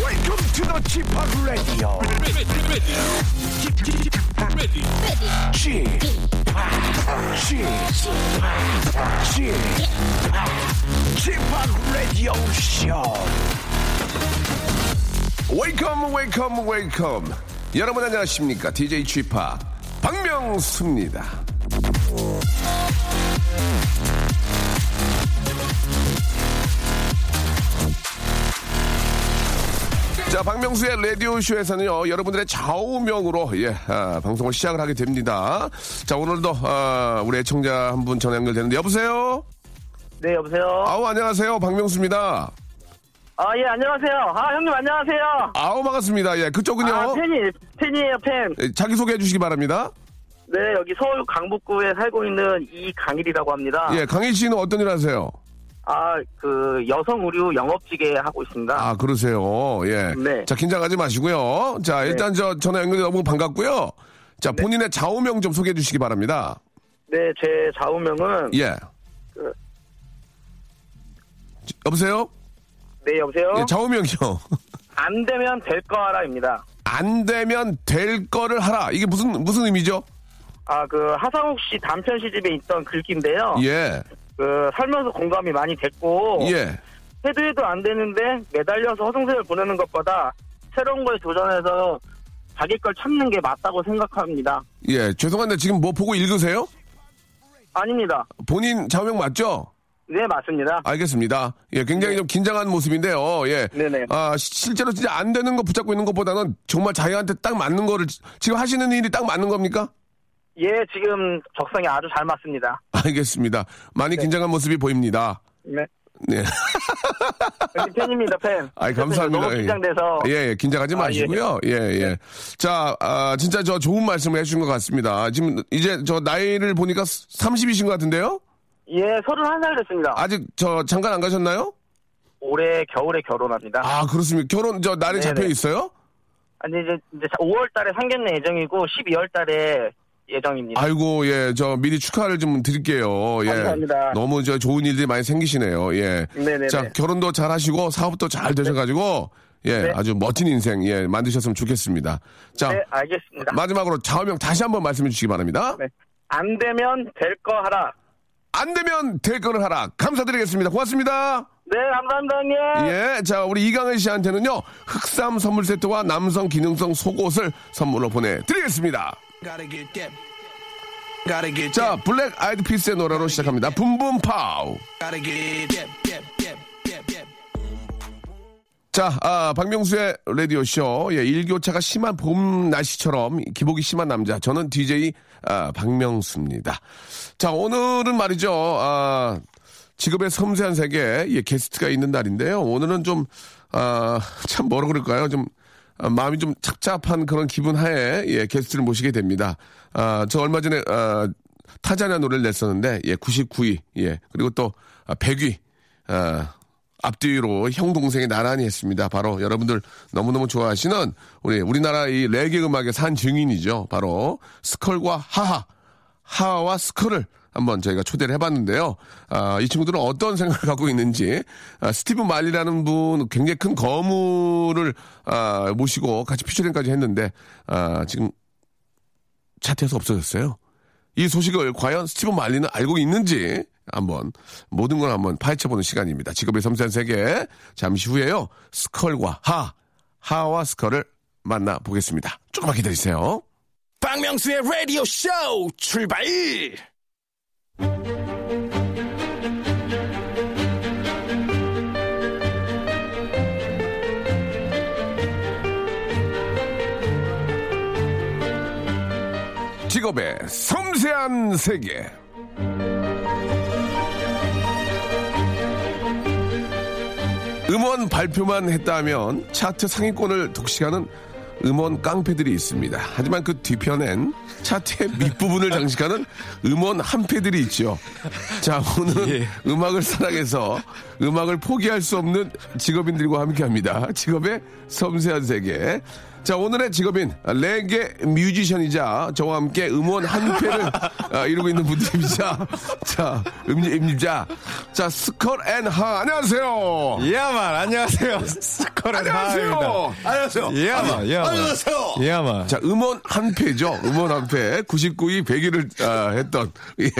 Welcome to the Chip Radio. Chip Chip Chip Radio Show. 웨이컴 웨이컴 웨이컴 여러분 안녕하십니까 DJ 취파 박명수입니다 자 박명수의 라디오쇼에서는요 여러분들의 좌우명으로 예 아, 방송을 시작을 하게 됩니다 자 오늘도 아, 우리 애청자 한 분 전화 연결되는데 여보세요 네, 여보세요? 아우 안녕하세요 박명수입니다 아, 예, 안녕하세요. 아, 형님, 안녕하세요. 아우 반갑습니다 예 그쪽은요 아, 팬이, 팬이에요, 팬. 예, 자기소개해 주시기 바랍니다 네, 여기 서울 강북구에 살고 있는 이강일이라고 합니다. 예, 강희 씨는 어떤 일 하세요? 아, 그, 여성 의류 영업직에 하고 있습니다. 아, 그러세요. 예. 네. 자, 긴장하지 마시고요. 자, 일단 저 전화 연결이 너무 반갑고요. 자, 본인의 좌우명 좀 소개해 주시기 바랍니다. 네, 제 좌우명은. 예. 그- 저, 여보세요? 네, 여보세요? 예, 좌우명이요. 안 되면 될 거 알아입니다. 안 되면 될 거를 하라. 이게 무슨, 무슨 의미죠? 아, 그, 하상욱 씨 단편 시집에 있던 글귀인데요. 예. 그, 살면서 공감이 많이 됐고. 예. 해도 해도 안 되는데 매달려서 허송세월 보내는 것보다 새로운 거에 도전해서 자기 걸 찾는 게 맞다고 생각합니다. 예. 죄송한데 지금 뭐 보고 읽으세요? 아닙니다. 본인 좌우명 맞죠? 네, 맞습니다. 알겠습니다. 예, 굉장히 좀 긴장한 모습인데요. 예. 네. 네네. 아, 시- 실제로 진짜 안 되는 거 붙잡고 있는 것보다는 정말 자기한테 딱 맞는 거를 지- 지금 하시는 일이 딱 맞는 겁니까? 예, 지금 적성에 아주 잘 맞습니다. 알겠습니다. 많이 긴장한 모습이 보입니다. 네. 네. 역시 팬입니다, 팬. 아이, 감사합니다. 너무 긴장돼서. 예, 예, 긴장하지 아, 마시고요. 예, 예. 자, 아, 진짜 저 좋은 말씀을 해주신 것 같습니다. 지금 이제 저 나이를 보니까 30이신 것 같은데요? 예, 31살 됐습니다. 아직 저 잠깐 안 가셨나요? 올해 겨울에 결혼합니다. 아, 그렇습니다. 결혼, 저 날이 네네. 잡혀 있어요? 아니, 이제, 이제 5월 달에 상견례 예정이고, 12월 달에 예정입니다. 아이고 예 저 미리 축하를 좀 드릴게요. 예. 감사합니다. 너무 저 좋은 일들이 많이 생기시네요. 예. 네네네. 자 결혼도 잘 하시고 사업도 잘 되셔가지고 예 네. 아주 멋진 인생 예 만드셨으면 좋겠습니다. 자 네, 알겠습니다. 마지막으로 좌우명 다시 한번 말씀해 주시기 바랍니다. 네. 안 되면 될 거 하라. 안 되면 될 거를 하라. 감사드리겠습니다. 고맙습니다. 네, 감사합니다, 형님. 예, 자 우리 이강은 씨한테는요 흑삼 선물 세트와 남성 기능성 속옷을 선물로 보내드리겠습니다. Gotta get that. Gotta get 자 네. 블랙 아이드 피스의 노래로 시작합니다. 붐붐 파우. Gotta get that. that, that, that, that. 자, 아, 박명수의 라디오쇼. 예, 일교차가 심한 봄 날씨처럼 기복이 심한 남자. 저는 DJ, 아, 박명수입니다. 자, 오늘은 말이죠. 아, 직업의 섬세한 세계, 예, 게스트가 있는 날인데요. 오늘은 좀, 아, 참 뭐라 그럴까요? 좀, 아, 마음이 좀 착잡한 그런 기분 하에, 예, 게스트를 모시게 됩니다. 아, 저 얼마 전에, 아, 타자냐 노래를 냈었는데, 예, 99위, 예, 그리고 또, 아, 100위, 아, 앞뒤로 형 동생이 나란히 했습니다. 바로 여러분들 너무너무 좋아하시는 우리 우리나라 이 레게 음악의 산 증인이죠. 바로 스컬과 하하, 하하와 스컬을 한번 저희가 초대를 해봤는데요. 아, 이 친구들은 어떤 생각을 갖고 있는지 아, 스티브 말리라는 분 굉장히 큰 거물을 아, 모시고 같이 피처링까지 했는데 아, 지금 차트에서 없어졌어요. 이 소식을 과연 스티븐 말리는 알고 있는지 한번 모든 걸 한번 파헤쳐보는 시간입니다. 직업의 섬세한 세계 잠시 후에요. 스컬과 하, 하와 스컬을 만나보겠습니다. 조금만 기다리세요. 박명수의 라디오 쇼 출발! 직업의 섬세한 세계. 음원 발표만 했다면 차트 상위권을 독식하는 음원 깡패들이 있습니다. 하지만 그 뒤편엔 차트의 밑부분을 장식하는 음원 한패들이 있죠. 자, 오늘은 음악을 사랑해서 음악을 포기할 수 없는 직업인들과 함께 합니다. 직업의 섬세한 세계. 자, 오늘의 직업인, 레게 뮤지션이자 저와 함께 음원 한패를 아, 이루고 있는 분들입니다. 자, 음지, 임자. 자, 스컬 앤 하, 안녕하세요. 야만 안녕하세요 스컬의 안녕하세요. 하하입니다. 안녕하세요. 야만 야만 안녕하세요. 야만 자, 음원 한 패죠. 음원 한 패. 99위 100위를 아, 했던. 예.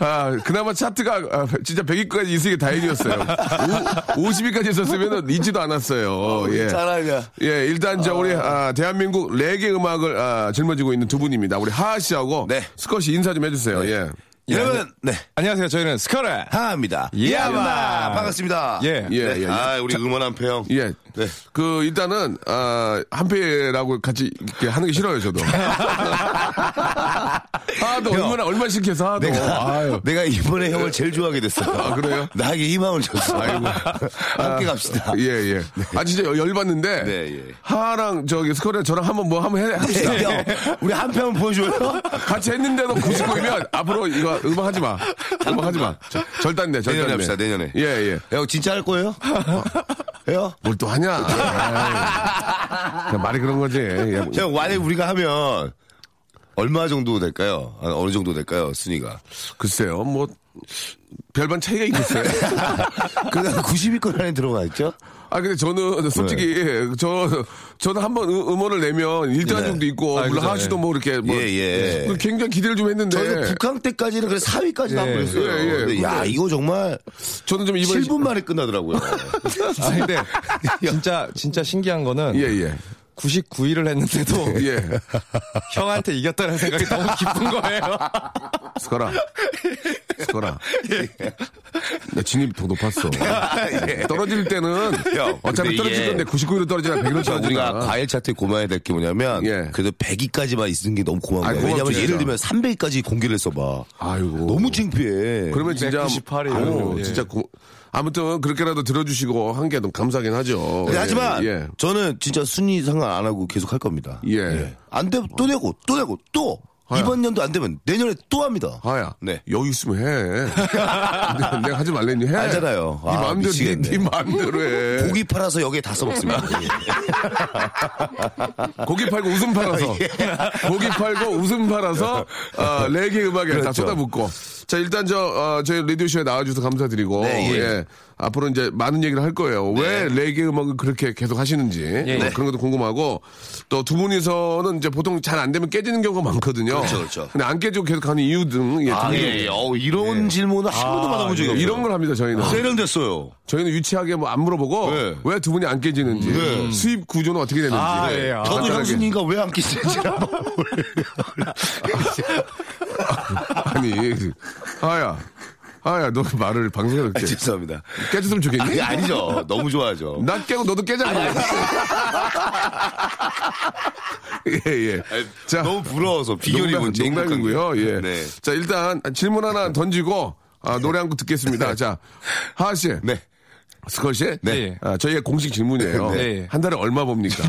아, 그나마 차트가 아, 진짜 100위까지 있으니 다행이었어요. 50위까지 있었으면 있지도 않았어요. 예. 잘하냐. 예, 일단 저 우리 아, 대한민국 레게 음악을 아, 짊어지고 있는 두 분입니다. 우리 하하 씨하고 네. 스컷이 인사 좀 해주세요. 예. 여러분, 네. 안녕하세요 저희는 스컬의 하하입니다. 야마. 야마. 반갑습니다. 예. 예, 예, 예. 아, 우리 응원 한패 형. 예. 네. 그, 일단은, 아, 한패라고 같이 이렇게 하는 게 싫어요, 저도. 하도 얼마나, 얼마씩 해서 하도. 내가, 어, 아유. 내가 이번에 형을 제일 좋아하게 됐어요. 아, 그래요? 나에게 희망을 줬어. 아이고. 함께 갑시다. 예, 예. 아, 진짜 열- 열받는데. 네, 예. 하랑 저기 스컬이랑 저랑 한번 뭐 한번 해, 합시다. 네, 형, 우리 한패 한번 보여줘요. 같이 했는데도 99이면 앞으로 이거 음악 하지 마. 음악 하지 마. 저- 절단돼, 절단돼. 내년에 합시다, 내년에. 예, 예. 형, 진짜 할 거예요? 해요? 뭘 또 하냐. 네. 에이. 그냥 말이 그런 거지. 예, 뭐. 형, 만약에 우리가 하면 얼마 정도 될까요? 아, 어느 정도 될까요? 순위가. 글쎄요, 뭐, 별반 차이가 있겠어요. 그냥 90위권 안에 들어가 있죠? 아, 근데 저는 솔직히, 저, 저는 한번 음원을 내면 일단 네. 정도 있고, 물론 그죠, 하하 씨도 예. 뭐 이렇게 뭐. 예, 예. 굉장히 기대를 좀 했는데. 저희도 북한 때까지는 그래 4위까지 나온 예, 거였어요. 네. 예, 예. 근데 야, 이거 정말 저는 좀 이번에. 7분 만에 끝나더라고요. 아 근데 진짜 진짜 신기한 거는 예, 예. 99위를 했는데도 네. 예. 형한테 이겼다는 생각이 너무 기쁜 거예요 스카라. 스카라. 예. 나 진입이 더 높았어. 떨어질 때는 형, 어차피 예. 근데 떨어질 이게- 건데 99위로 떨어지나 100위로 그래서 그렇죠. 우리가 떨어지나. 과일 차트에 고마워야 될 게 뭐냐면 예. 그래도 100위까지만 있는 게 너무 고마운 아이, 거야. 왜냐면 고맙죠, 예를 진짜. 들면 300위까지 공개를 써봐. 아이고. 너무 창피해. 그러면 진짜 198 이에요. 아유, 예. 진짜 고- 아무튼 그렇게라도 들어주시고 한 게 너무 감사하긴 하죠. 근데 예, 하지만 예. 저는 진짜 순위 상관 안 하고 계속 할 겁니다. 예. 안 되면 또 내고 또 내고 또 하야. 이번 연도 안 되면 내년에 또 합니다. 하야. 네. 여유 있으면 해. 근데 내가 하지 말랬니? 해. 알잖아요. 네 아, 마음대로 네, 미치겠네. 네 마음대로 해. 고기 팔아서 여기에 다 써먹습니다. 고기 팔고 웃음 팔아서 예. 고기 팔고 웃음 팔아서 어, 레게 음악에 다 그렇죠. 쏟아붓고 자 일단 저 어, 저희 라디오 쇼에 나와주셔서 감사드리고 네, 예. 예. 네. 앞으로 이제 많은 얘기를 할 거예요 왜 레게 음악을 그렇게 계속 하시는지 예, 뭐 그런 것도 궁금하고 또 두 분이서는 이제 보통 잘 안 되면 깨지는 경우가 많거든요 그렇죠, 그렇죠. 근데 안 깨지고 계속 하는 이유 등 예, 아, 종종 예, 예. 어우, 이런 질문을 한 번도 받아본 예. 적이 없어요. 아, 이런 걸 합니다 저희는 세련됐어요. 저희는 유치하게 뭐 안 물어보고 네. 왜 두 분이 안 깨지는지 수입 구조는 어떻게 되는지 아, 예. 아. 저도 간단하게. 형수님과 왜 안 끼시는지 한번 아니, 아야, 아야, 너 말을 방송에 아, 이렇게 죄송합니다. 깨졌으면 좋겠니? 아니, 아니죠. 너무 좋아하죠. 나 깨고 너도 깨잖아. 예, 예. 아니, 자, 너무 부러워서 비결이 농담- 뭔지 농담이고요. 행복하게. 예. 네. 자, 일단 질문 하나 던지고 아, 노래 한 곡 듣겠습니다. 자, 하하 씨, 네. 스컬 씨, 네. 아, 저희의 공식 질문이에요. 네. 한 달에 얼마 봅니까?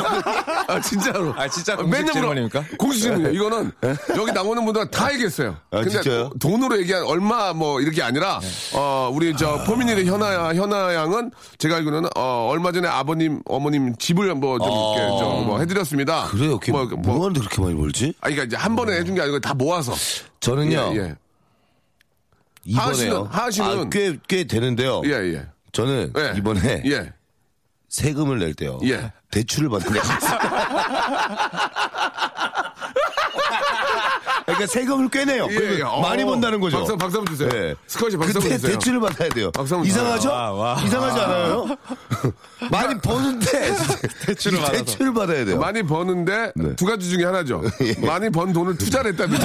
아, 진짜로. 아, 진짜 공식 맨날 물어- 질문입니까? 공식 질문이에요. 이거는 여기 나오는 분들은 다 얘기했어요. 아, 근데 진짜요? 돈으로 얘기한 얼마 뭐 이렇게 아니라 어 우리 저 포미닛의 현아 현아 양은 제가 알기로는 어 얼마 전에 아버님 어머님 집을 뭐 좀 어. 이렇게 좀뭐 해드렸습니다. 그래요. 걔 뭐, 뭐, 뭐, 하는데 그렇게 많이 벌지? 아 그러니까 이제 한 번에 해준 게 아니고 다 모아서. 저는요. 예, 예. 하하 씨는- 이번에요. 하하 씨는- 아, 꽤, 꽤 되는데요. 예, 예. 저는 예. 이번에 예. 세금을 낼 때요. 예. 대출을 받는 거 같아요. 그러니까 세금을 꽤 내요. 예, 그래서 예. 어, 많이 번다는 거죠. 예. 박수, 박수 한번 주세요. 스쿼시 박수 그때 한번 주세요. 대출을 받아야 돼요. 박수 한번 이상하죠? 와, 와. 이상하지 않아요? 많이 버는데 대출을 이 받아서. 대출을 받아야 돼요. 많이 버는데 네. 예. 두 가지 중에 하나죠. 많이 번 돈을 투자를 했다든지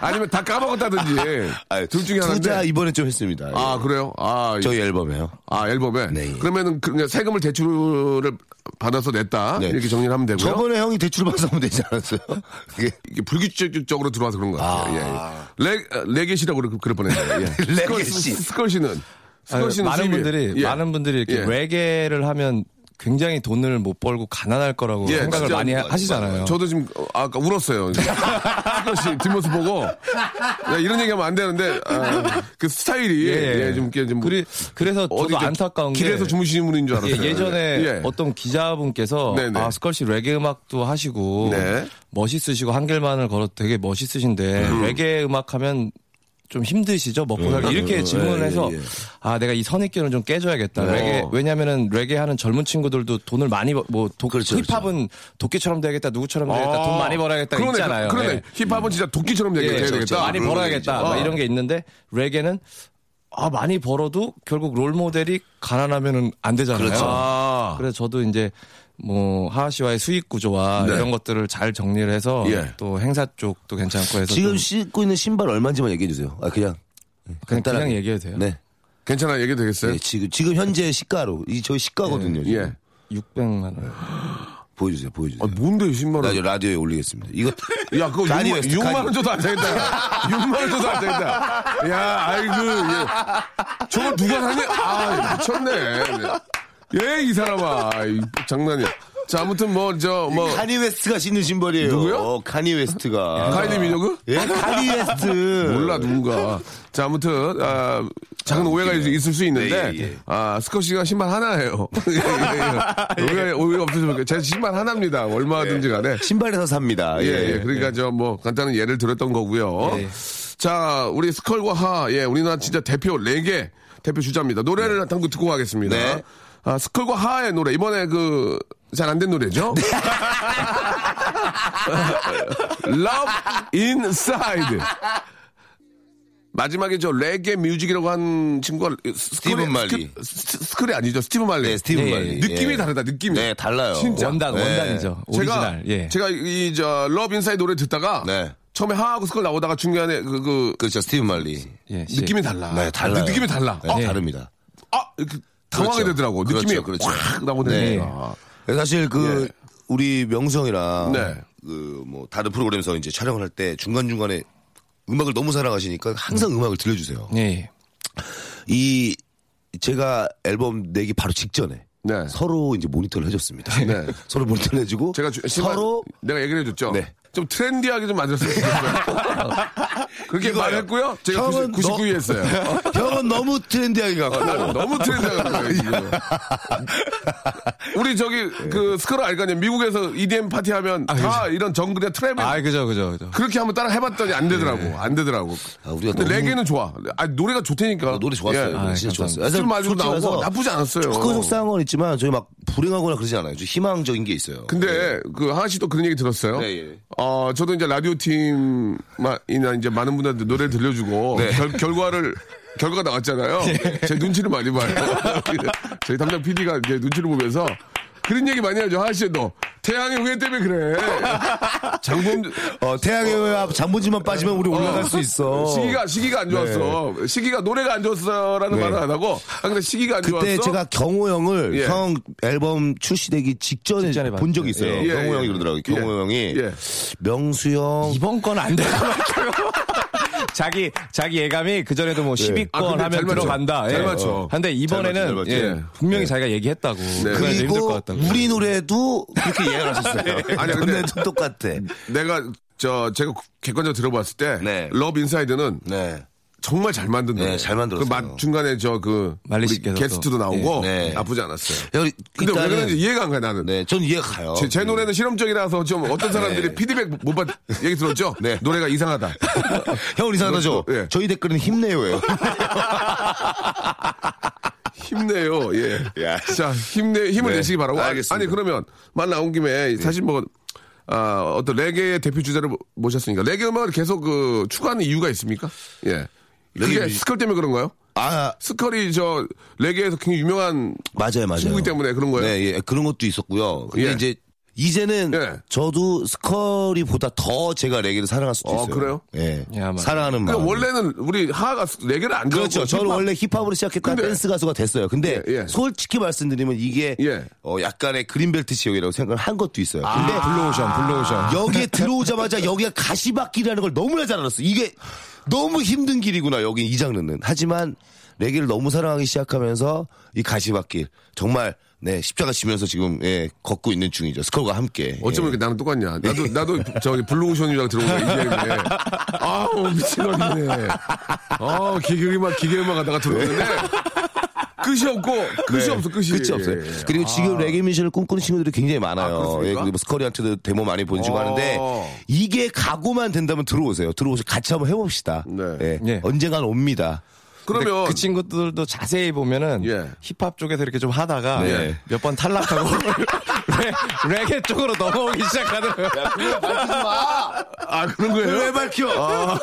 아니면 다 까먹었다든지 아니, 둘 중에 하나인데. 투자 이번에 좀 했습니다. 아 예. 그래요? 아 저희 앨범에요. 아 앨범에 네, 예. 그러면은 그 그냥 세금을 대출을 받아서 냈다 네. 이렇게 정리를 하면 되고요. 저번에 형이 대출 받아서 하면 되지 않았어요? 그게 이게 불규칙적으로 아. 들어와서 그런 것 같아요. 예, 예. 레 레게시라고 그럴 그럴 뻔했네요. 예. 레게시. 스컬 씨는 수건 씨는 많은 수입이- 분들이 예. 많은 분들이 이렇게 예. 레게를 하면 굉장히 돈을 못 벌고 가난할 거라고 예, 생각을 진짜 많이 하- 마- 하시잖아요. 저도 지금 어, 아까 울었어요. 수건 씨 뒷모습 보고 야, 이런 얘기하면 안 되는데 아, 그 스타일이 예, 좀 이렇게 좀 그래, 그래서 어디 저도 이제 안타까운 게 길에서 주무시는 분인 줄 알았어요. 예, 전에 예. 어떤 기자분께서 네네. 아 스컬시 레게 음악도 하시고 네. 멋있으시고 한길만을 걸어 되게 멋있으신데 음. 레게 음악하면 좀 네, 힘드시죠 먹고 살기 이렇게 질문을 해서 예, 아 내가 이 선입견을 좀 깨줘야겠다 네. 레게 왜냐면은 레게 하는 젊은 친구들도 돈을 많이 벌- 뭐 도, 그렇죠, 힙합은 도끼처럼 되야겠다 누구처럼 되야겠다 돈 많이 벌어야겠다 아, 그러네, 있잖아요 그러네. 그렇죠, 예. 힙합은 진짜 도끼처럼 얘기 해야 예, 되겠다. 아. 많이 벌어야겠다. 막 이런 게 있는데 레게는 아 많이 벌어도 결국 롤 모델이 가난하면은 안 되잖아요. 그렇죠. 아. 그래서 저도 이제 뭐 하하 씨와의 수익 구조와 네. 이런 것들을 잘 정리를 해서 예. 또 행사 쪽도 괜찮고 해서 지금 좀 신고 있는 신발 얼마인지만 얘기해 주세요. 아 그냥 그냥, 간단하게. 그냥 얘기해도 돼요. 네. 괜찮아 얘기 되겠어요? 예, 네, 지금 지금 현재 시가로 이 저희 시가거든요. 지금. 예. 600만 원. 보여주세요, 보여주세요. 아, 뭔데 10만 나 원? 이제 라디오에 올리겠습니다. 이거 야, 그거 6만, 라디오에서 6만 라디오. 원 줘도 안 되겠다. 야. 6만 원 줘도 안 되겠다. 야, 아이고, 예. 저거 누가 사냐? 아, 미쳤네. 예, 이 사람아. 아이, 장난이야. 자, 아무튼 뭐, 저, 뭐. 카니 웨스트가 신는 신발이에요. 누구요? 어, 카니 웨스트가. 카일리 미녀그? 예, 카니 웨스트. 몰라 누군가. 자 아무튼 아, 작은 오해가 웃기네요. 있을 수 있는데 네, 예, 예. 아 스커시가 신발 하나예요. 예, 예, 예. 오해 오해 없으시면 좋겠- 제 신발 하나입니다. 얼마든지 간에. 신발에서 삽니다. 예, 예, 네. 예. 그러니까 저 뭐 간단한 예를 들었던 거고요. 자 우리 스컬과 하, 예, 우리나라 진짜 대표 레게 대표 주자입니다. 노래를 한곡 듣고 가겠습니다. 네. 아, 스컬과 하의 노래 이번에 그 잘 안 된 노래죠? 네. Love Inside. 마지막에 저 레게 뮤직이라고 한 친구가 스티븐 스컬의- 말리. 스크- 스- 스컬이 아니죠 스티븐 말리. 네, 스티븐 예, 말리. 느낌이 예. 다르다 느낌이. 네, 달라요. 진짜. 원단 예. 원단이죠. 오리지널. 제가 예. 제가 이저 러브 인사이드 노래 듣다가 네. 처음에 하하고 스컬 나오다가 중간에 그, 그 그렇죠, 스티븐 말리. 예, 씨. 느낌이 달라. 네, 달라요. 느낌이 달라. 네, 어, 다릅니다. 아, 이렇게 당황하게 그렇죠. 되더라고. 그렇죠, 느낌이 그렇죠. 확 나오거든요. 네. 아. 사실 그 예. 우리 명성이랑 네. 그 뭐 다른 프로그램에서 이제 촬영을 할 때 중간 중간에 음악을 너무 사랑하시니까 항상 음악을 들려주세요. 네. 예. 이 제가 앨범 내기 바로 직전에 네. 서로 이제 모니터를 해줬습니다. 네. 서로 모니터를 해주고 제가 주- 신발- 서로 내가 얘기를 해줬죠. 네. 좀 트렌디하게 좀 만들었으면 좋겠어요. 그렇게 이거예요. 말했고요. 제가 형은 99, 99위 했어요. 어, 네. 형은 너무 트렌디하게 갖고 나는 너무 트렌디하게 지금. 우리 저기 그 네. 스컬 알거냐 미국에서 EDM 파티 하면 아, 그렇죠. 다 이런 정글의 트랩에 아, 그죠, 그죠, 그죠. 그렇게 한번 따라 해봤더니 안 되더라고. 안 되더라고. 예. 아, 우리가 근데 너무- 레게는 좋아. 아, 노래가 좋다니까. 노래 좋았어요. 예. 아, 진짜 감사합니다. 좋았어요. 술 마시고 솔직히 나오고 해서 나쁘지 않았어요. 조금 속상한 건 있지만 저희 막 불행하거나 그러지 않아요. 좀 희망적인 게 있어요. 근데 그 하하 씨도 그런 얘기 들었어요. 네, 예. 어, 저도 이제 라디오 팀이나 이제 많은 분들한테 노래를 들려주고 네. 결, 결과를 결과가 나왔잖아요. 예. 제 눈치를 많이 봐요. 저희 담당 PD가 이제 눈치를 보면서 그런 얘기 많이 하죠. 하하 씨도 태양의 후예 때문에 그래. 장범 어, 태양의 앞 장본지만 빠지면 우리 올라갈 수 있어. 시기가 시기가 안 좋았어. 시기가 노래가 안 좋았어라는 네. 말은 안 하고 아 근데 시기가 안 그때 좋았어. 제가 경호 형을 예. 형 앨범 출시되기 직전에, 직전에 본 적이 있어요. 예, 예, 경호 예. 형이 그러더라고요. 예. 경호 형이 예. 명수 형 이번 건 안 될 것 같아요. 자기 자기 예감이 그 전에도 뭐 10위권 아, 근데 하면 잘 맞춰. 들어간다. 잘 예. 맞춰. 근데 잘 이번에는 맞춰, 잘 예, 맞춰. 분명히 자기가 얘기했다고. 그래서 힘들 것 그리고 같다고. 우리 노래도 그렇게 예약을 하셨어요. 아니, 근데- 근데 좀 똑같아. 내가 저 제가 객관적으로 들어봤을 때 네. 러브 인사이드는 네. 정말 잘 만든 노래. 네, 잘 만들었어요. 그맛 중간에 저그 말리 씨께서 게스트도 또. 나오고 예, 네. 나쁘지 않았어요. 형, 근데 왜 일단은- 그런지 이해가 안 가 나는. 네, 전 이해가 가요. 제, 제 노래는 실험적이라서 좀 어떤 사람들이 피드백 못 받. 얘기 들었죠? 네. 노래가 이상하다. 형은 이상하죠? 예. 저희 댓글은 힘내요예요. 힘내요. 예. 야. 자 힘내 힘을 네, 내시기 바라고. 아, 알겠습니다. 네. 아니 그러면 말 나온 김에 사실 뭐. 아, 어떤 레게의 대표 주자를 모- 모셨으니까 레게 음악을 계속 그 추구하는 이유가 있습니까? 예. 그게 레게- 스컬 때문에 그런가요? 아, 스컬이 저 레게에서 굉장히 유명한 맞아요, 맞아요. 친구이기 때문에 그런 거예요? 네, 예, 그런 것도 있었고요. 근데 예. 이제 이제는 예. 저도 스컬이보다 더 제가 레게를 사랑할 수도 어, 있어요. 그래요? 예, 야, 맞아요. 사랑하는 마음. 그러니까 원래는 우리 하하가 레게를 안 네. 그렇죠. 좋아하고 저는 힙합- 원래 힙합으로 시작했다 근데- 댄스 가수가 됐어요. 근데 예, 예. 솔직히 말씀드리면 이게 예. 아, 어, 약간의 그린벨트 지역이라고 생각을 한 것도 있어요. 근데 블루오션, 블루오션. 여기에 들어오자마자 여기가 가시밭길이라는 걸 너무나 잘 알았어. 이게 너무 힘든 길이구나, 여기 이 장르는. 하지만 레게를 너무 사랑하기 시작하면서 이 가시밭길 정말 네 십자가 지면서 지금 예, 걷고 있는 중이죠. 스컬과 함께. 어쩌면 예. 이렇게 나랑 똑같냐. 나도, 나도 저기 블루오션이랑 들어온 거야, 이제인데. 아우, 미친놈이네. 아 기계음악, 기계음악 하다가 들어오는데. 끝이 없고, 끝이 없어, 네. 끝이. 끝이 없어요. 예, 예. 그리고 지금 레게 뮤지션을 꿈꾸는 친구들이 굉장히 많아요. 아, 그렇습니까? 예, 그리고 뭐 스커리한테도 데모 많이 보내주고 어. 하는데 이게 각오만 된다면 들어오세요. 들어오서 같이 한번 해봅시다. 네. 예, 예. 언젠간 옵니다. 그러면. 그 친구들도 자세히 보면은 예. 힙합 쪽에서 이렇게 좀 하다가 네. 몇 번 탈락하고 레, 레게 쪽으로 넘어오기 시작하는 아, 그런 거예요? 왜 밝혀? 아,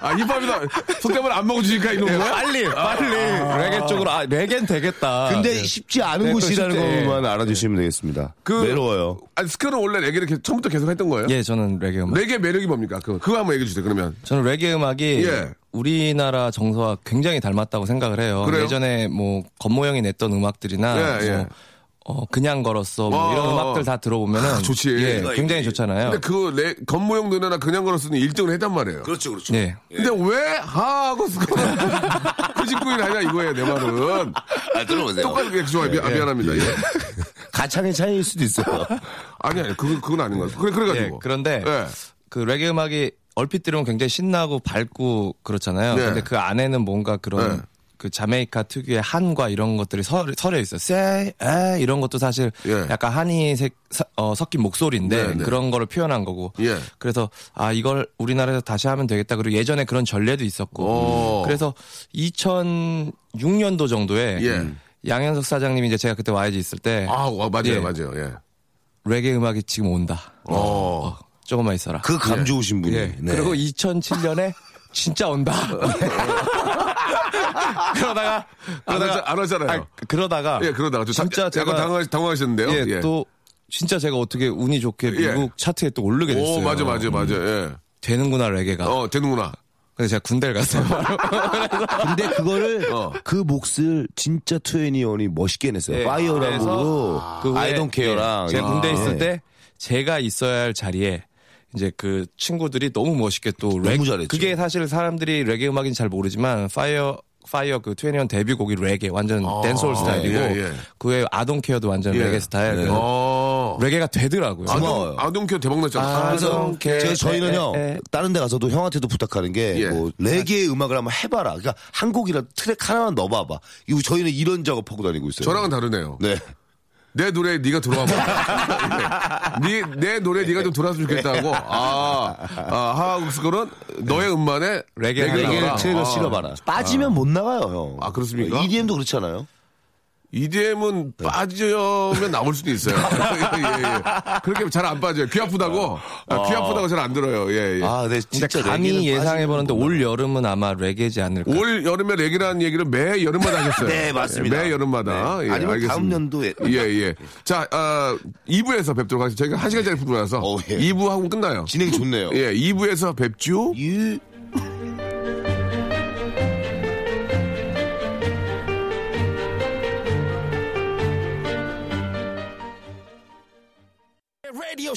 아 힙합이다. 속대문 안 먹어주니까 이놈 거야? 빨리 빨리 레게 쪽으로 아 레겐 되겠다. 근데 네. 쉽지 않은 네, 곳이라는 또 쉽지- 것만 알아주시면 되겠습니다. 그- 외로워요. 아니, 스크는 원래 레게를 이렇게 처음부터 계속 했던 거예요? 예, 저는 레게 음악. 레게 매력이 뭡니까? 그거, 그거 한번 얘기해 주세요, 그러면. 저는 레게 음악이 예. 우리나라 정서와 굉장히 닮았다고 생각을 해요. 그래요? 예전에 뭐 겉모형이 냈던 음악들이나 예, 예. 뭐, 어, 그냥 걸었어 뭐 어, 이런 어, 음악들 다 들어보면은 아, 좋지. 예, 굉장히 좋잖아요. 근데 그 레, 겉모형 누나나 그냥 걸었으니 1등을 했단 말이에요. 그렇죠, 그렇죠. 네. 근데 왜 하하고 스크는 99일 하냐 이거예요, 내 말은. 아, 네. 들어보세요. 똑같은 게 좋아요. 미, 안합니다 예. 가창의 차이일 수도 있어요. 아니, 아니, 그, 그건 아닌 것 같아요. 그래, 예, 그래가지고. 그런데 예. 그 레게 음악이 얼핏 들으면 굉장히 신나고 밝고 그렇잖아요. 네. 근데 그 안에는 뭔가 그런 네. 그 자메이카 특유의 한과 이런 것들이 서, 서려 있어요. 쎄, 에 이런 것도 사실 예. 약간 한이 색, 서- 어, 섞인 목소리인데 네, 네. 그런 거를 표현한 거고. 예. 그래서 아 이걸 우리나라에서 다시 하면 되겠다. 그리고 예전에 그런 전례도 있었고. 오. 그래서 2006년도 정도에 예. 양현석 사장님이 이제 제가 그때 와이지 있을 때 아, 와, 맞아요, 예. 맞아요. 예. 레게 음악이 지금 온다. 어. 조금만 있어라. 그 감 좋으신 분이. 예. 네. 그리고 2007년에 진짜 온다. 그러다가 네. 안, 하자, 안 하잖아요. 아, 그러다가 예, 그러다가 좀 진짜 다- 제가 약간 당황하, 당황하셨는데요. 예, 또 진짜 제가 어떻게 운이 좋게 미국 차트에 또 오르게 됐어요. 예. 음. 오, 맞아, 맞아, 맞아. 예. 되는구나 레게가. 어, 되는구나. 근데 제가 군대를 갔어요. 근데 그거를 어. 그 몫을 진짜 투애니언이 멋있게 냈어요. 예. 파이어라는 그래서 곡으로 그 아이 후에 돈 케어랑 제가 군대 에 예. 있을 때 제가 있어야 할 자리에 이제 그 친구들이 너무 멋있게 또 레, 잘했죠. 그게 사실 사람들이 레게 음악인 잘 모르지만 파이어 파이어 그 트웬티원 데뷔곡이 레게 완전 댄스홀 스타일이고 예, 예. 그 외에 아동 케어도 완전 레게 스타일 그래서 어. 레게가 되더라고요. 고마워요. 아동교 대박났잖아. 아, 그래서 아동 케어. 네. 제가 저희는 에, 형 에, 에. 다른 데 가서도 형한테도 부탁하는 게 예. 뭐 레게의 음악을 한번 해봐라. 그러니까 한 곡이라도 트랙 하나만 넣어봐봐. 이거 저희는 이런 작업하고 다니고 있어요. 저랑은 다르네요. 네. 내 노래에 네가 들어와 봐. 네, 내 노래에 네가 좀 들어왔으면 좋겠다고. 아, 아 하하국스걸은 너의 음반에 레게 레게를 하나가. 레게를 아, 트랙을 실어봐라. 빠지면 못 나가요, 형. 아, 그렇습니까? EDM도 그렇잖아요. EDM은 네. 빠지면 나올 수도 있어요. 예, 예. 그렇게 잘 안 빠져요. 귀 아프다고? 아, 귀 아프다고 잘 안 들어요. 예, 예. 아, 네, 근데 진짜 감히 레게는 예상해 보는데 빠지면 못 올 여름은 아마 레게지 않을까. 올 여름에 레게라는 얘기를 매 여름마다 하겠어요. 네, 맞습니다. 매 여름마다. 네. 예, 아니면 알겠습니다. 다음 연도에. 예, 예. 자, 어, 2부에서 뵙도록 하겠습니다. 저희가 1시간짜리 프로라서 어, 예. 2부 하고 끝나요. 진행 좋네요. 예, 2부에서 뵙죠. 유. 라디오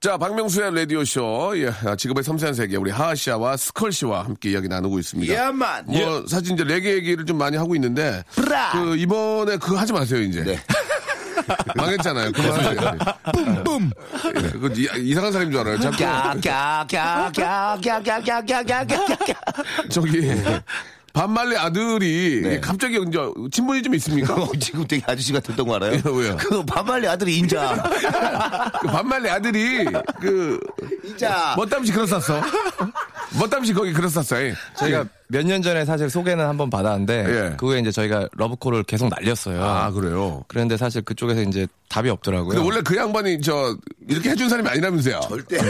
자, 박명수의 라디오쇼. 예, 아, 직업의 섬세한 세계. 우리 하하 씨와 스컬 씨와 함께 이야기 나누고 있습니다. 야만! 뭐 사실 이제 레게 얘기를 좀 많이 하고 있는데 예. 브라! 네. 그 이번에 그거 하지 마세요 이제 망했잖아요 그만하세요 뿜뿜! 그 이상한 사람인 줄 알아요 자꾸 저기 반말리 아들이 네. 갑자기 이제 친분이 좀 있습니까 어, 지금 되게 아저씨 같았던 거 알아요? 예, 왜요? 그 반말리 아들이 인자. 그 반말리 아들이 그 인자. 아. 멋담시 그렇었어 멋담시 거기 그렇었어 예. 저희가 몇 년 전에 사실 소개는 한번 받았는데 예. 그 후에 이제 저희가 러브콜을 계속 날렸어요. 아, 그래요? 그런데 사실 그쪽에서 이제 답이 없더라고요. 근데 원래 그 양반이 저 이렇게 해준 사람이 아니라면서요. 절대. 예.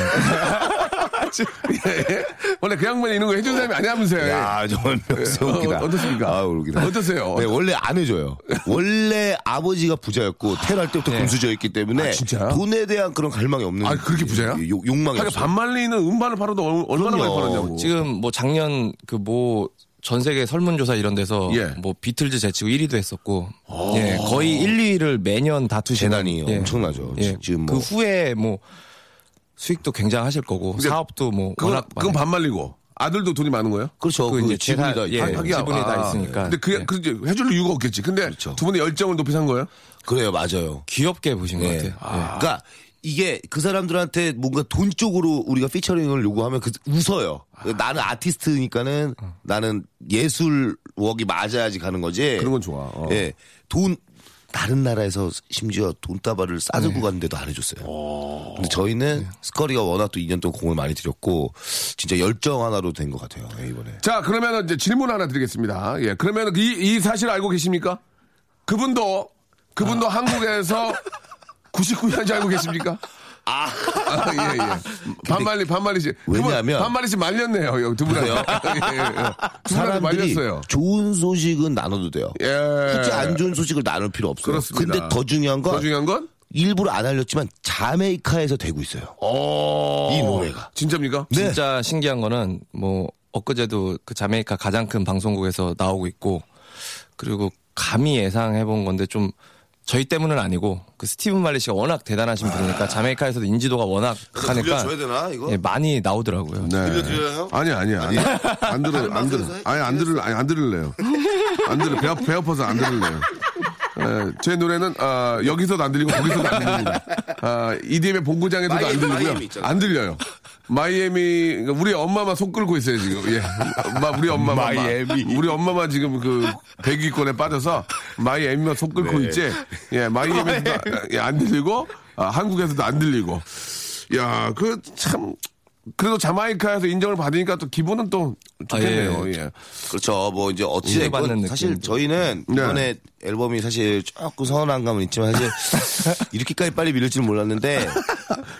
원래 그 양반이 이런 거 해준 사람이 아니라면서요. 예. 야, 정말 명세 어, 웃기다. 어, 어떻습니까? 아, 웃기다. 어떠세요? 네, 원래 안 해줘요. 원래 아버지가 부자였고, 테러할 때부터 금수저였기 때문에. 아, 진짜요? 돈에 대한 그런 갈망이 없는. 아, 그렇게 부자야? 예, 욕, 욕망이 하긴 없어요. 반말리는 음반을 팔아도 얼- 얼마나 많이 그럼요. 팔았냐고. 지금 뭐 작년 그 뭐 전 세계 설문조사 이런 데서 예. 뭐 비틀즈 제치고 1위도 했었고 예, 거의 1, 2위를 매년 다투시는 재난이 아. 엄청나죠. 예. 지금 그 뭐. 후에 뭐 수익도 굉장하실 거고 사업도 뭐 그건, 워낙 그건 많이- 반말리고. 아들도 돈이 많은 거예요? 그렇죠. 그 그 이제 지분이 재산- 다, 그렇죠. 예. 예. 하기야. 지분이 다 있으니까. 근데 그게 예. 그 이제 해줄 이유가 없겠지. 근데 두 분의 열정을 높이산 거예요? 그래요, 맞아요. 귀엽게 보신 것 예. 같아요. 그러니까 이게 그 사람들한테 뭔가 돈 쪽으로 우리가 피처링을 요구하면 그 웃어요. 아. 나는 아티스트니까는 어. 나는 예술웍이 맞아야지 가는 거지. 그런 건 좋아. 어. 예. 돈 다른 나라에서 심지어 돈다발을 싸들고 네. 갔는데도 안 해줬어요. 근데 저희는 스커리가 워낙 또 2년 동안 공을 많이 들였고 진짜 열정 하나로 된 것 같아요 예, 이번에. 자, 그러면 이제 질문 하나 드리겠습니다. 예, 그러면 이, 이 사실 알고 계십니까? 그분도, 그분도 아. 한국에서 99년째 알고 계십니까? 아, 예, 예. 반말리, 반말리지. 왜냐하면- 반말리지 말렸네요, 여기 두 분한테. 예, 예, 예. 두 분한테 사람들이 말렸어요. 좋은 소식은 나눠도 돼요. 예. 굳이 안 좋은 소식을 나눌 필요 없어요. 그렇습니다. 근데 더 중요한 건 더 중요한 건? 일부러 안 알렸지만 자메이카에서 되고 있어요. 이 노래가. 진짜입니까? 진짜 신기한 거는 뭐 엊그제도 그 자메이카 가장 큰 방송국에서 나오고 있고 그리고 감히 예상해 본 건데 좀 저희 때문은 아니고 그 스티븐 말리 씨가 워낙 아. 대단하신 분이니까 자메이카에서도 인지도가 워낙 하니까 되나 이거? 예, 많이 나오더라고요. 들려드려요? 아니 아니 아니 안 들어 안 들어 방송에서 해? 아니 안 들을 아니 안 들을래요 안 들을 배, 아배 아파서 안 들을래요 예, 제 노래는 아, 여기서도 안 들리고 거기서도 안 들립니다 아, EDM의 본고장에서도 안 마이애미, 들리고요 마이애미 있잖아요. 안 들려요 마이애미 그러니까 우리 엄마만 손 끌고 있어요 지금 예 엄마, 우리 엄마만 마이애미. 우리 엄마만 지금 그 100위권에 빠져서 마이애미만 손 네. 끌고 있지 예 마이애미도 안 들리고 아, 한국에서도 안 들리고 야, 그 참 그래도 자마이카에서 인정을 받으니까 또 기분은 또 좋겠네요. 아, 예. 그렇죠. 뭐 이제 어찌 인정받는 됐건 사실 느낌. 저희는 네. 이번에 앨범이 사실 조금 서운한 감은 있지만 사실 이렇게까지 빨리 밀릴 줄은 몰랐는데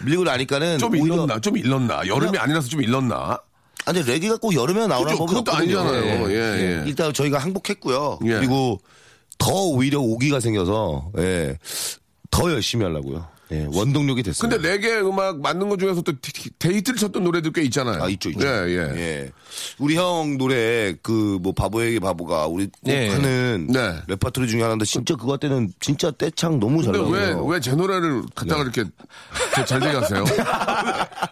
밀리고 나니까는 좀 오히려 일렀나? 좀 일렀나? 여름이 아니라서 좀 일렀나? 아니 레게가 꼭 여름에 나오는 그죠? 법은 그것도 없거든요. 아니잖아요. 예, 예. 일단 저희가 항복했고요. 예. 그리고 더 오히려 오기가 생겨서 예. 더 열심히 하려고요. 예. 원동력이 됐어요. 근데 레게 음악 맞는 것 중에서 또 디- 디- 데이트를 쳤던 노래도 꽤 있잖아요. 아 있죠 있죠. 예, 예. 예. 우리 형 노래 그 뭐 바보에게 바보가 우리 꼭 예. 하는 네. 레퍼토리 중에 하나인데 진짜 그거 할 때는 진짜 떼창 너무 잘 근데 왜 나와요. 왜 제 노래를 갖다가 네. 이렇게 저잘 되게 하세요?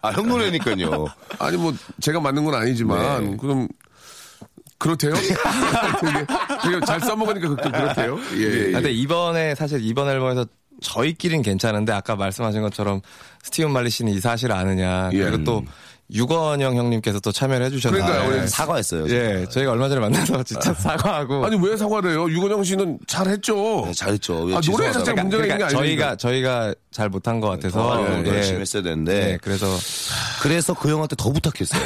아형 노래니까요. 아니 뭐 제가 맞는 건 아니지만 네. 그럼 그렇대요? 되게, 되게 잘 써먹으니까 그- 그렇대요. 예. 예. 아, 근데 이번에 사실 이번 앨범에서 저희끼린 괜찮은데 아까 말씀하신 것처럼 스티븐 말리 씨는 이 사실 아느냐 예. 그리고 또 유건영 형님께서 또 참여를 해주셨는데 그러니까요. 우리 네, 사과했어요. 예, 저희가 얼마 전에 만나서 진짜 사과하고 아니 왜 사과를 해요? 유건영 씨는 잘했죠. 네, 잘했죠. 예, 아, 노래 죄송하다고. 자체가 문제가 있는 게 아니니까. 그러니까 저희가 저희가 잘 못한 것 같아서 더 네. 예. 네, 열심히 했어야 예, 되는데 그래서 그래서 그 형한테 더 부탁했어요.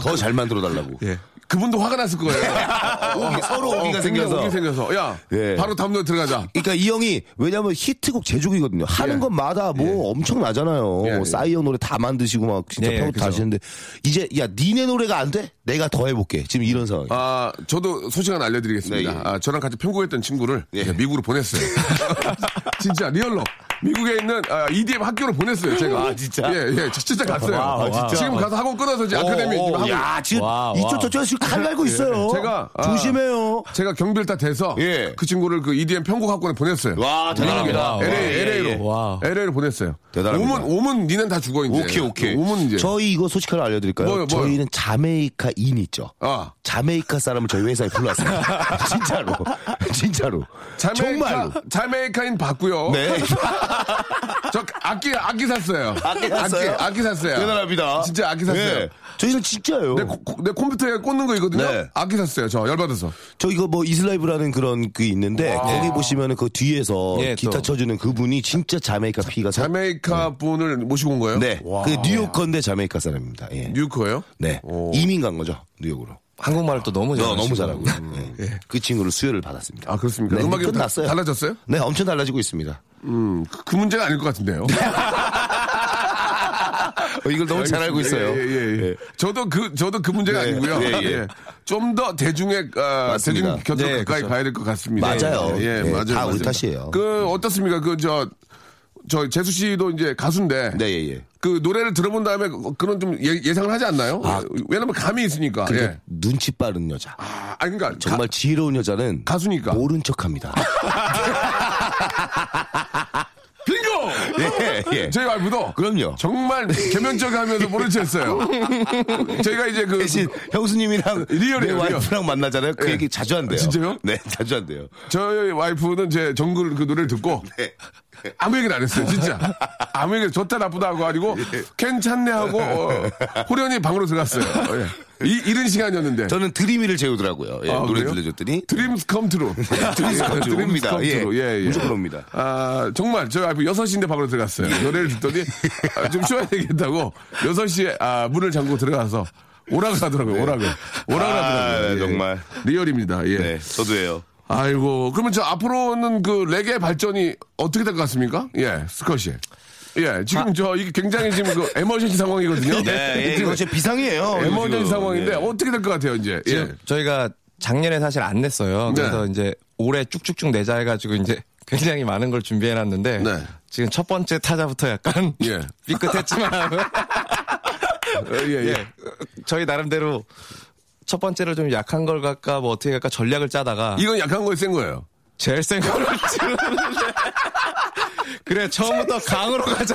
더 잘 만들어 예. 달라고. 그분도 화가 났을 거예요. 오기, 서로 오기가 굉장히 생겨서. 오기 생겨서. 야, 예. 바로 다음 노래 들어가자. 그러니까 이 형이 왜냐면 히트곡 제조기거든요. 하는 것마다 뭐 엄청 나잖아요. 예, 네, 예. 싸이 형 노래 다 만드시고 막 진짜 예, 평도 다 그죠. 하시는데 이제 야 니네 노래가 안 돼? 내가 더 해볼게. 지금 이런 상황. 이 아, 저도 소식 하나 알려드리겠습니다. 네, 예. 아, 저랑 같이 편곡했던 친구를 예. 예, 미국으로 보냈어요. 진짜 리얼로. 미국에 있는 아, EDM 학교로 보냈어요, 제가. 아, 진짜? 예, 예. 저 진짜 갔어요. 와우, 아, 진짜? 지금 가서 학원 끊어서 네, 이제 아카데미 지금 하고. 야 지금 와, 와. 이쪽 저쪽 지금 칼 날고 있어요. 제가, 아. 조심해요. 제가 경비를 다 대서 예. 그 친구를 그 EDM 편곡 학원에 보냈어요. 아, 와 대단합니다. 예, 와우. LA, LA로. 와. LA로 보냈어요. 대단합니다. 오면, 오면 니는 다 죽어, 이제. 오케이 오케이. 오면 이제. 네. 저희 이거 소식 하나 알려드릴까요? 뭐요, 뭐요? 저희는 자메이카 인 있죠. 아. 자메이카 사람을 저희 회사에 불렀어요. 진짜로, 진짜로. 정말로. 자메이카, 어? 자메이카인 봤고요. 네. 저 악기 악기 샀어요. 악기 샀어요? 악기, 악기 샀어요. 대단합니다. 진짜 악기 샀어요. 네. 저희는 진짜예요. 내, 코- 코- 내 컴퓨터에 꽂는 거 이거든요. 네. 악기 샀어요. 저 열받아서. 저 이거 뭐 이슬라이브라는 그런 그 있는데 거기 보시면은 그 뒤에서 예, 기타 또. 쳐주는 그분이 진짜 자메이카 피가 사- 네, 자메이카 분을 모시고 온 거예요? 네. 와. 그 뉴욕 건데 자메이카 사람입니다. 예. 뉴커예요? 네. 이민 간 거죠. 뉴욕으로. 한국말을 또 너무 네, 잘하시고 너무 잘하고 네. 그 친구를 수혈을 받았습니다. 음. 예. 아 그렇습니까? 네, 음악이 끝났어요. 달라졌어요? 네, 엄청 달라지고 있습니다. 음, 그, 그 문제가 아닐 것 같은데요. 어, 이걸 네. 너무 잘 알고 있어요. 예, 예, 예. 예. 저도 그 저도 그 문제가 네, 아니고요. 예, 예. 좀 더 대중의 아, 맞습니다. 대중 곁으로 네, 가까이 그렇죠. 가야 될 것 같습니다. 맞아요. 예, 예, 맞아요. 다 맞아요. 우리 탓이에요. 그 어떻습니까? 그 저 저 재수 씨도 이제 가수인데 네, 예, 예. 그 노래를 들어본 다음에 그- 그런 좀 예, 상을 하지 않나요? 왜냐면 감이 있으니까. 아. 근데 예. 눈치 빠른 여자. 아, 아니, 그러니까 정말 지혜로운 여자는 가, 수니까 아, 모른 척합니다. 빙고! 예, 예. 저희 와이프도 그럼요. 정말 개면적 하면서 모른 척 했어요. 저희가 이제 그 대신 형수님이랑 리얼이에요, 내 리얼. 와이프랑 만나잖아요. 그 얘기 자주 한대요. 진짜요? 네, 자주 한대요. 저희 와이프는 제 정글 그 노래를 듣고 네. 아무 얘기를 안 했어요, 진짜. 아무 얘기 좋다 나쁘다 하고 아니고 예. 괜찮네 하고 어, 호련히 방으로 들어갔어요. 어, 예. 이 이른 시간이었는데 저는 드림이를 재우더라고요. 예, 아, 노래 그래요? 들려줬더니 드림스 컴트로 드림스 컴트로 옵니다. 예, 무조건 옵니다. 아, 정말 저희 와이프 6시인데 방으로 들어갔어요. 노래를 듣더니 아, 좀 쉬어야 되겠다고 6시에 아, 문을 잠그고 들어가서 오락을 하더라고요. 오락을. 오락을 아, 하더라고요. 예. 정말. 리얼입니다. 예. 네, 저도예요. 아이고, 그러면 저 앞으로는 그 레게 발전이 어떻게 될 것 같습니까? 예, 스컷이. 예, 지금 저 이게 굉장히 지금 그 에머전시 상황이거든요. 네, 예, 지금 이거 제 비상이에요. 에머전시 지금. 상황인데 예. 어떻게 될 것 같아요, 이제? 예. 지금 저희가 작년에 사실 안 냈어요. 그래서 네. 이제 올해 쭉쭉쭉 내자 해가지고 이제 굉장히 많은 걸 준비해놨는데 네. 지금 첫 번째 타자부터 약간 예. 삐끗했지만 어, 예, 예. 예. 저희 나름대로 첫 번째로 좀 약한 걸 갈까 뭐 어떻게 갈까 전략을 짜다가 이건 약한 거예요, 센 거예요? 제일 센 거를 찍었는데 그래 처음부터 강으로 가자.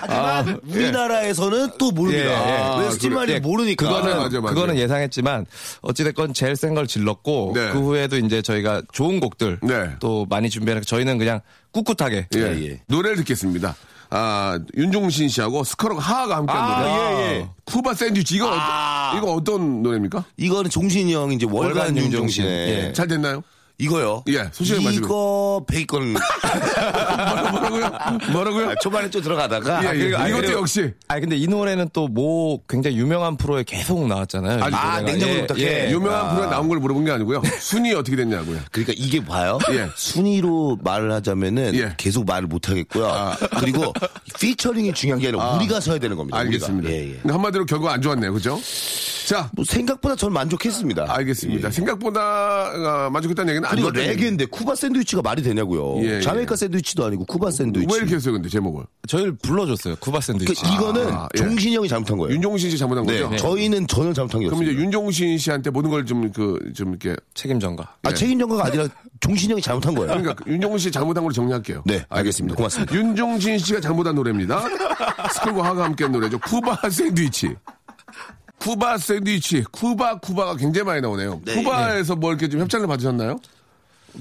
하지만 우리나라에서는 또 모릅니다. 네. 예, 예. 웨스틴 아, 그래. 말이 예, 모르니까. 그거는 맞아, 맞아. 그거는 예상했지만 어찌됐건 제일 센 걸 질렀고 네. 그 후에도 이제 저희가 좋은 곡들 네. 또 많이 준비해서 저희는 그냥 꿋꿋하게 예. 예, 예. 노래를 듣겠습니다. 아, 윤종신 씨하고 스카로가 하하가 함께한 아, 노래. 예, 예. 쿠바 샌드위치. 이거, 아. 어, 이거 어떤 노래입니까? 예. 이거는 종신이 형 이제 월간 월간 윤종신의 네. 윤종신. 잘 됐나요? 이거요. 예, 소식을 맞추고. 이거 베이컨 뭐라고요? 뭐라고요? 아, 초반에 좀 들어가다가 예, 예. 아, 그리고- 이것도 역시. 아 근데 이 노래는 또 뭐 굉장히 유명한 프로에 계속 나왔잖아요. 예, 아니, 아, 냉장고 부탁해. 예, 아. 유명한 프로에 나온 걸 물어본 게 아니고요. 순위 어떻게 됐냐고요. 그러니까 이게 봐요. 예. 순위로 말을 하자면은 예. 아. 계속 말을 못 하겠고요. 그리고 피처링이 중요한 게 아니라 우리가 서야 되는 겁니다. 알겠습니다. 우리가. 예, 예. 근데 한마디로 결과 안 좋았네요. 그죠? 자, 뭐 생각보다 전 만족했습니다. 아, 알겠습니다. 예. 생각보다 아, 만족했다는 얘기는 그리고 아니고. 레게인데 쿠바 샌드위치가 말이 되냐고요. 예, 예. 자메이카 샌드위치도 아니고 쿠바 왜 샌드위치. 이렇게 했어요, 근데 제목을? 저희를 불러줬어요. 쿠바 샌드위치. 그러니까 이거는 아, 예. 종신이 형이 잘못한 거예요. 윤종신 씨 잘못한 네, 거죠? 저희는 전혀 잘못한 게 그럼 이제 없습니다. 윤종신 씨한테 모든 걸 좀 그, 좀 이렇게 책임 전가. 아, 책임 전가가 아니라 종신이 형이 잘못한 거예요. 네. 그러니까 그 윤종신 씨 잘못한 걸로 정리할게요. 네, 알겠습니다. 고맙습니다. 윤종신 씨가 잘못한 노래입니다. 스쿨과 하가 함께한 노래죠. 쿠바 샌드위치. 쿠바 샌드위치. 쿠바 쿠바가 굉장히 많이 나오네요. 쿠바에서 뭐 이렇게 좀 협찬을 받으셨나요?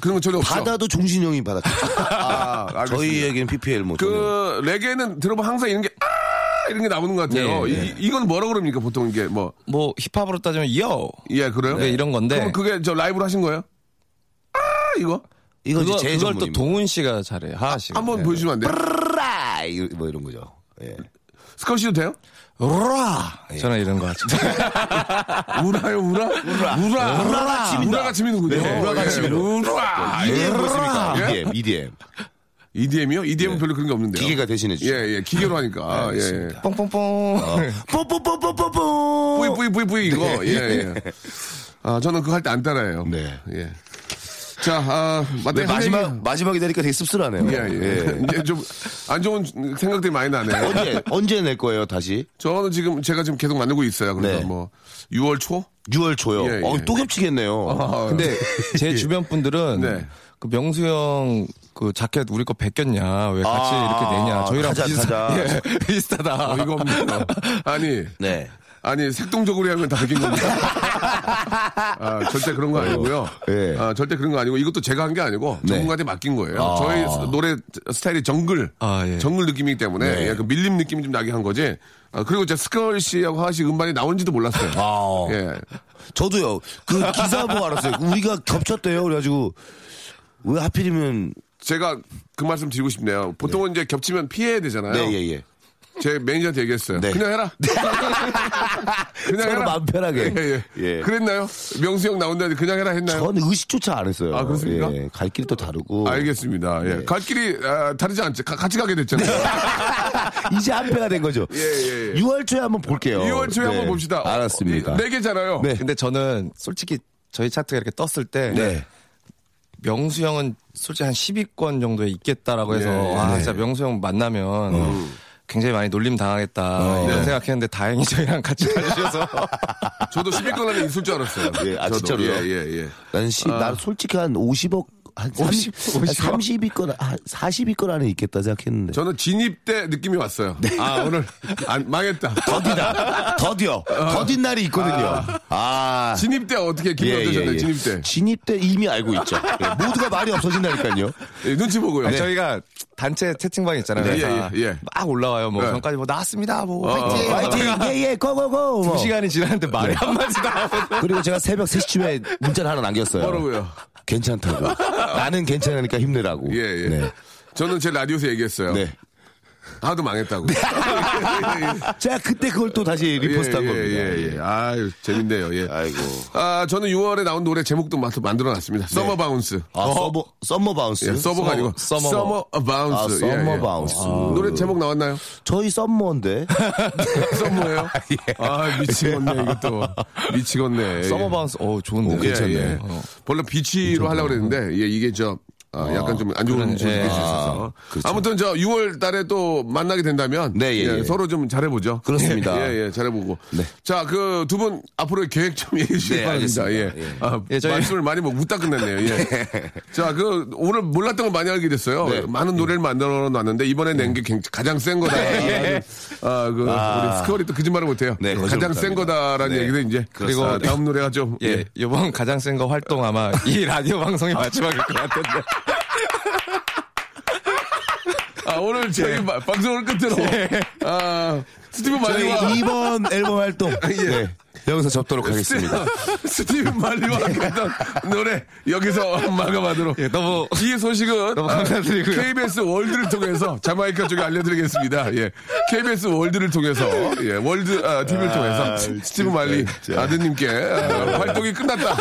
그런 거 전혀 없죠. 받아도 종신이 형이 받았죠. 아, 알겠습니다. 저희에게는 PPL 뭐. 저는. 그 레게는 들어보면 항상 이런 게 아! 이런 게 나오는 것 같아요. 네, 네. 이, 이건 뭐라고 그럽니까? 보통 이게 뭐. 뭐 힙합으로 따지면 요. 예, 그래요? 네, 이런 건데. 그럼 그게 저 라이브로 하신 거예요? 아, 이거? 이거 이제 그거, 제 그걸 또 전문입니다. 동훈 씨가 잘해요. 하하 씨가. 네, 한번 보여주시면 안 돼요? 라 이- 뭐 이런 거죠. 예. 스컷이도 돼요? 라 저는 이런 거 하죠. 우라요 우라 우라 우라 네. 우라가 칩니다. 우라가 치민군요. 네, 우라가 예. 칩니다. 우라 EDM 그렇습니까? 아, 아, 예? EDM, EDM. EDM이요? EDM은 별로 그런 게 없는데요. 네. 기계가 대신해 주죠. 예예 기계로 하니까 예, 예. 뽕뽕뽕. 어. 뽀뽀뽀뽀뽀뽀. 뿌이 뿌이 뿌이 뿌이 이거 예예. 아 저는 그거 할 때 안 따라해요. 네. 예. 자, 아, 맞다. 네, 마지막 마지막이 되니까 되게 씁쓸하네요. 어, 예, 예. 이제 좀 안 좋은 생각들이 많이 나네요. 언제 언제 낼 거예요 다시? 저는 지금 제가 지금 계속 만들고 있어요. 그러니까 네. 뭐 6월 초? 6월 초요. 예, 아. 예. 어, 또 겹치겠네요. 근데 제 주변 분들은 네. 그 명수 형 그 자켓 우리 거 벗겼냐 왜 같이 아, 이렇게 내냐 저희랑 타자, 비슷하, 타자. 예, 비슷하다. 이거 없네요. 아니 네. 아니 색동적으로 하면 다 바뀐 겁니다. 아, 절대 그런 거 아니고요. 예. 아, 절대 그런 거 아니고 이것도 제가 한 게 아니고 네. 전문가한테 맡긴 거예요. 아. 저희 스- 노래 스타일이 정글, 아, 예. 정글 느낌이기 때문에 네. 예, 그 밀림 느낌이 좀 나게 한 거지. 아, 그리고 이제 스컬 씨하고 하하 씨 음반이 나온지도 몰랐어요. 아, 예. 저도요. 그 기사 보고 알았어요. 우리가 겹쳤대요. 그래가지고 왜 하필이면 제가 그 말씀 드리고 싶네요. 보통은 이제 겹치면 피해야 되잖아요. 네, 예, 예. 제 매니저한테 얘기했어요. 네. 그냥 해라. 그냥 서로 해라. 마음 편하게. 예, 예. 예. 그랬나요? 명수 형 나온다는데 그냥 해라 했나요? 저는 의식조차 안 했어요. 아, 그렇습니까? 예, 갈 길이 또 다르고. 알겠습니다. 네. 예. 갈 길이 아, 다르지 않지. 가- 같이 가게 됐잖아요. 이제 한 패가 된 거죠. 예, 예. 6월 초에 한번 볼게요. 2월 초에 네. 한번 봅시다. 어, 알았습니다. 네 개잖아요. 네. 근데 저는 솔직히 저희 차트가 이렇게 떴을 때 네. 명수 형은 솔직히 한 10위권 정도에 있겠다라고 해서 예, 아 진짜 명수 형 만나면 굉장히 많이 놀림 당하겠다 이런 생각했는데 다행히 저희랑 같이 가주셔서 저도 10위권 안에 있을 줄 알았어요. 예, 아, 저도. 진짜로요? 네. 예, 예, 예. 난 시, 난 솔직히 한 50억, 한 30, 30위권, 한 40위권 안에 있겠다 생각했는데. 저는 진입 때 느낌이 왔어요. 아, 오늘 안, 망했다. 네. 더디다. 어. 더디요. 더딘 날이 있거든요. 아. 진입 때 어떻게 기분 예, 어떠셨나요? 진입 때. 진입 때 이미 알고 있죠. 예, 모두가 말이 없어진다니까요. 예, 눈치 보고요. 아니, 저희가 그러니까 단체 채팅방 있잖아요. 네, 회사. 예, 예. 막 올라와요. 뭐 예. 전까지 뭐 나왔습니다. 뭐 어, 화이팅. 파이팅! 예, 예, 고고고! 두 시간이 지났는데 말이 한마디도 안 하고 그리고 제가 새벽 3시쯤에 문자를 하나 남겼어요. 뭐라고요? 괜찮다고. 나는 괜찮으니까 힘내라고. 예, 예. 네. 저는 제 라디오에서 얘기했어요. 네. 하도 망했다고. 제가 그때 그걸 또 다시 리포스트 한 예, 겁니다. 예, 예. 아유, 재밌네요. 예. 아이고. 아, 저는 6월에 나온 노래 제목도 마- 만들어 놨습니다. 서머 바운스. 아, 서버, 서머 바운스. 예, 서버가 아니고 서머. 서머 바운스. 아, 서머 바운스. 예, 어, 노래 제목 나왔나요? 저희 썸머인데. 서머예요? 아, 미치겠네, 이것도. 미치겠네. 서머 바운스 어 좋은데. 뭐 예, 예. 어. 원래 비치로 하려고 그랬는데, 예, 이게 저, 아, 약간 좀 안 좋은 그러네. 소식이 예. 아, 있어서. 아무튼 저 6월 달에 또 만나게 된다면. 그렇죠. 네, 예, 예. 서로 좀 잘해보죠. 그렇습니다. 예, 예, 잘해보고. 자, 그 두 분 앞으로의 계획 좀 얘기해 주시기 네, 바랍니다. 예. 알겠습니다. 예. 아, 예, 저희- 말씀을 많이 뭐 웃다 끝냈네요. 예. 자, 그 오늘 몰랐던 걸 많이 알게 됐어요. 네. 많은 예. 노래를 만들어 놨는데 이번에 낸 게 가장 센 거다. 아, 그 우리 스컬이 또 거짓말을 못해요. 예. 네, 거짓말 가장 센 못합니다. 거다라는 네. 얘기도 이제 그리고 아, 다음 노래가 좀 예, 예. 요번 가장 센 거 활동 아마 이 라디오 방송이 마지막일 것 같은데. 아, 오늘 저희 네. 마- 방송을 끝으로 아, 스티븐 저희 말리와 2번 앨범 활동. 예. 네. 여기서 접도록 하겠습니다. 스티븐 말리와 했던 노래 여기서 마감하도록 예, 너무 이 소식은 너무 감사드리고요. 아, KBS 월드를 통해서 자마이카 쪽에 알려드리겠습니다. 예, KBS 월드를 통해서 예, 월드 아, TV를 통해서 스티븐 말리 아드님께 아, 활동이 끝났다.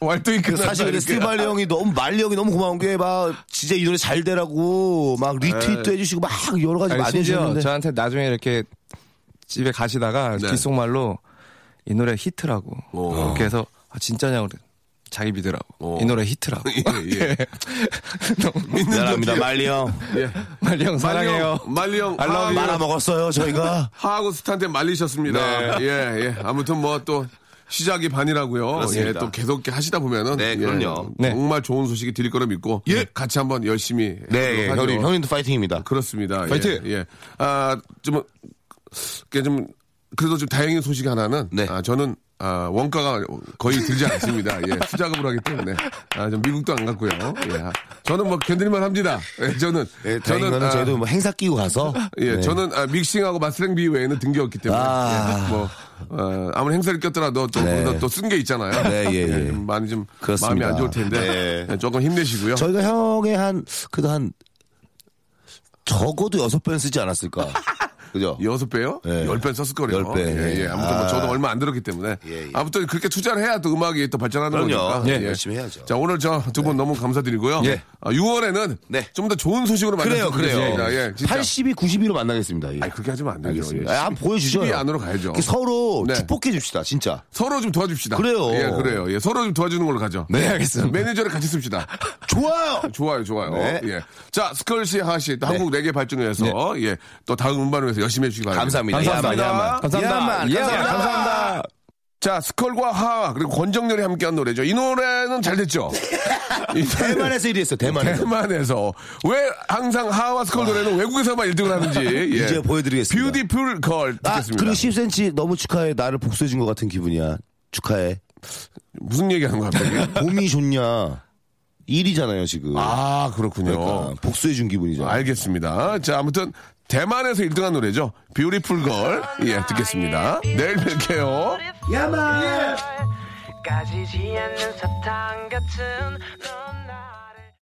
활동이 그 끝났다. 사실 근데 예. 이렇게. 스티브 말리 형이 너무 말리 형이 너무 고마운 게 막 진짜 이 노래 잘 되라고 막 예. 리트윗도 해주시고 막 여러 가지 아니, 많이 심지어 해주셨는데 저한테 나중에 이렇게 집에 가시다가 네. 귓속말로 이 노래 히트라고. 오. 그렇게 해서 아, 진짜냐고 그래. 자기 믿으라고. 이 노래 히트라고. 예, 예. 너무 네. 미안합니다 말리 형 예. 말리 형 사랑해요. 말리 형, I love 하- you. 말아먹었어요 저희가 하하고 스타한테 말리셨습니다. 예, 예. 아무튼 뭐 또 시작이 반이라고요. 예, 또 계속 이렇게 하시다 보면은 네, 예, 그럼요. 네. 정말 좋은 소식이 드릴 거라 믿고 같이 한번 열심히 네 예, 하도록 하죠. 형님 형님도 파이팅입니다 그렇습니다. 파이팅! 예. 예. 아, 좀, 그게 좀, 그래도 좀 다행인 소식 하나는, 네. 아, 저는, 아, 원가가 거의 들지 않습니다. 예, 투자금으로 하기 때문에. 아, 좀 미국도 안 갔고요. 예. 아, 저는 뭐 견딜만 합니다. 예, 저는. 예, 다행인 거는 아, 저희도 뭐 행사 끼고 가서 예, 네. 저는 아, 믹싱하고 마스랭비 외에는 등게 없기 때문에 아. 예, 뭐 어, 아무리 행사를 꼈더라도 네. 또쓴 게 있잖아요. 네, 예, 예. 좀 많이 좀 그렇습니다. 마음이 안 좋을 텐데 네. 예, 조금 힘내시고요. 저희가 형의 한 그래도 한 적어도 여섯 번 쓰지 않았을까 그죠 여섯 배요? 예. 열 배 썼을 거래요. 열 배, 예, 예. 예. 아무튼 뭐 아. 저도 얼마 안 들었기 때문에 예, 예. 아무튼 그렇게 투자를 해야 또 음악이 또 발전하는 그럼요. 거니까. 예, 열심히 해야죠. 네. 자 오늘 저 두 분 너무 감사드리고요. 예. 6월에는 네. 좀 더 좋은 소식으로 그래요 만나서 그래요 예, 진짜. 82, 92로 만나겠습니다 예. 아니, 그렇게 하시면 안 되죠. 알겠습니다 예. 아, 한번 보여주죠 12 형. 안으로 가야죠. 이렇게 서로 네. 축복해 줍시다 진짜 서로 좀 도와줍시다. 그래요. 예, 그래요. 예, 서로 좀 도와주는 걸로 가죠. 예, 네, 알겠습니다. 매니저를 같이 씁시다. 좋아요 좋아요, 좋아요. 네. 예. 자, 스컬시 하시, 또 한국 레게 발전을 위해서, 예. 또 다음 음반을 위해서 열심히 해주시기 바랍니다. 감사합니다. 감사합니다. 야만, 야만. 감사합니다. 야만, 예, 감사합니다. 감사합니다. 자, 스컬과 하하, 그리고 권정렬이 함께한 노래죠. 이 노래는 잘 됐죠? 이 노래는 대만에서 1위했어. 대만에서. 아. 대만에서 왜 항상 하하와 스컬 노래는 외국에서만 1등을 하는지 예. 이제 보여드리겠습니다. 뷰티풀 걸 아, 듣겠습니다. 그리고 10cm 너무 축하해. 나를 복수해준 것 같은 기분이야. 축하해. 무슨 얘기하는 거야? 갑자기? 봄이 좋냐. 1위잖아요, 지금. 아 그렇군요. 그러니까 복수해준 기분이잖아. 알겠습니다. 자, 아무튼 대만에서 1등한 노래죠. 뷰티풀 걸. 예, 듣겠습니다. 내일 뵐게요. 까지지 않는 사탕 같은 너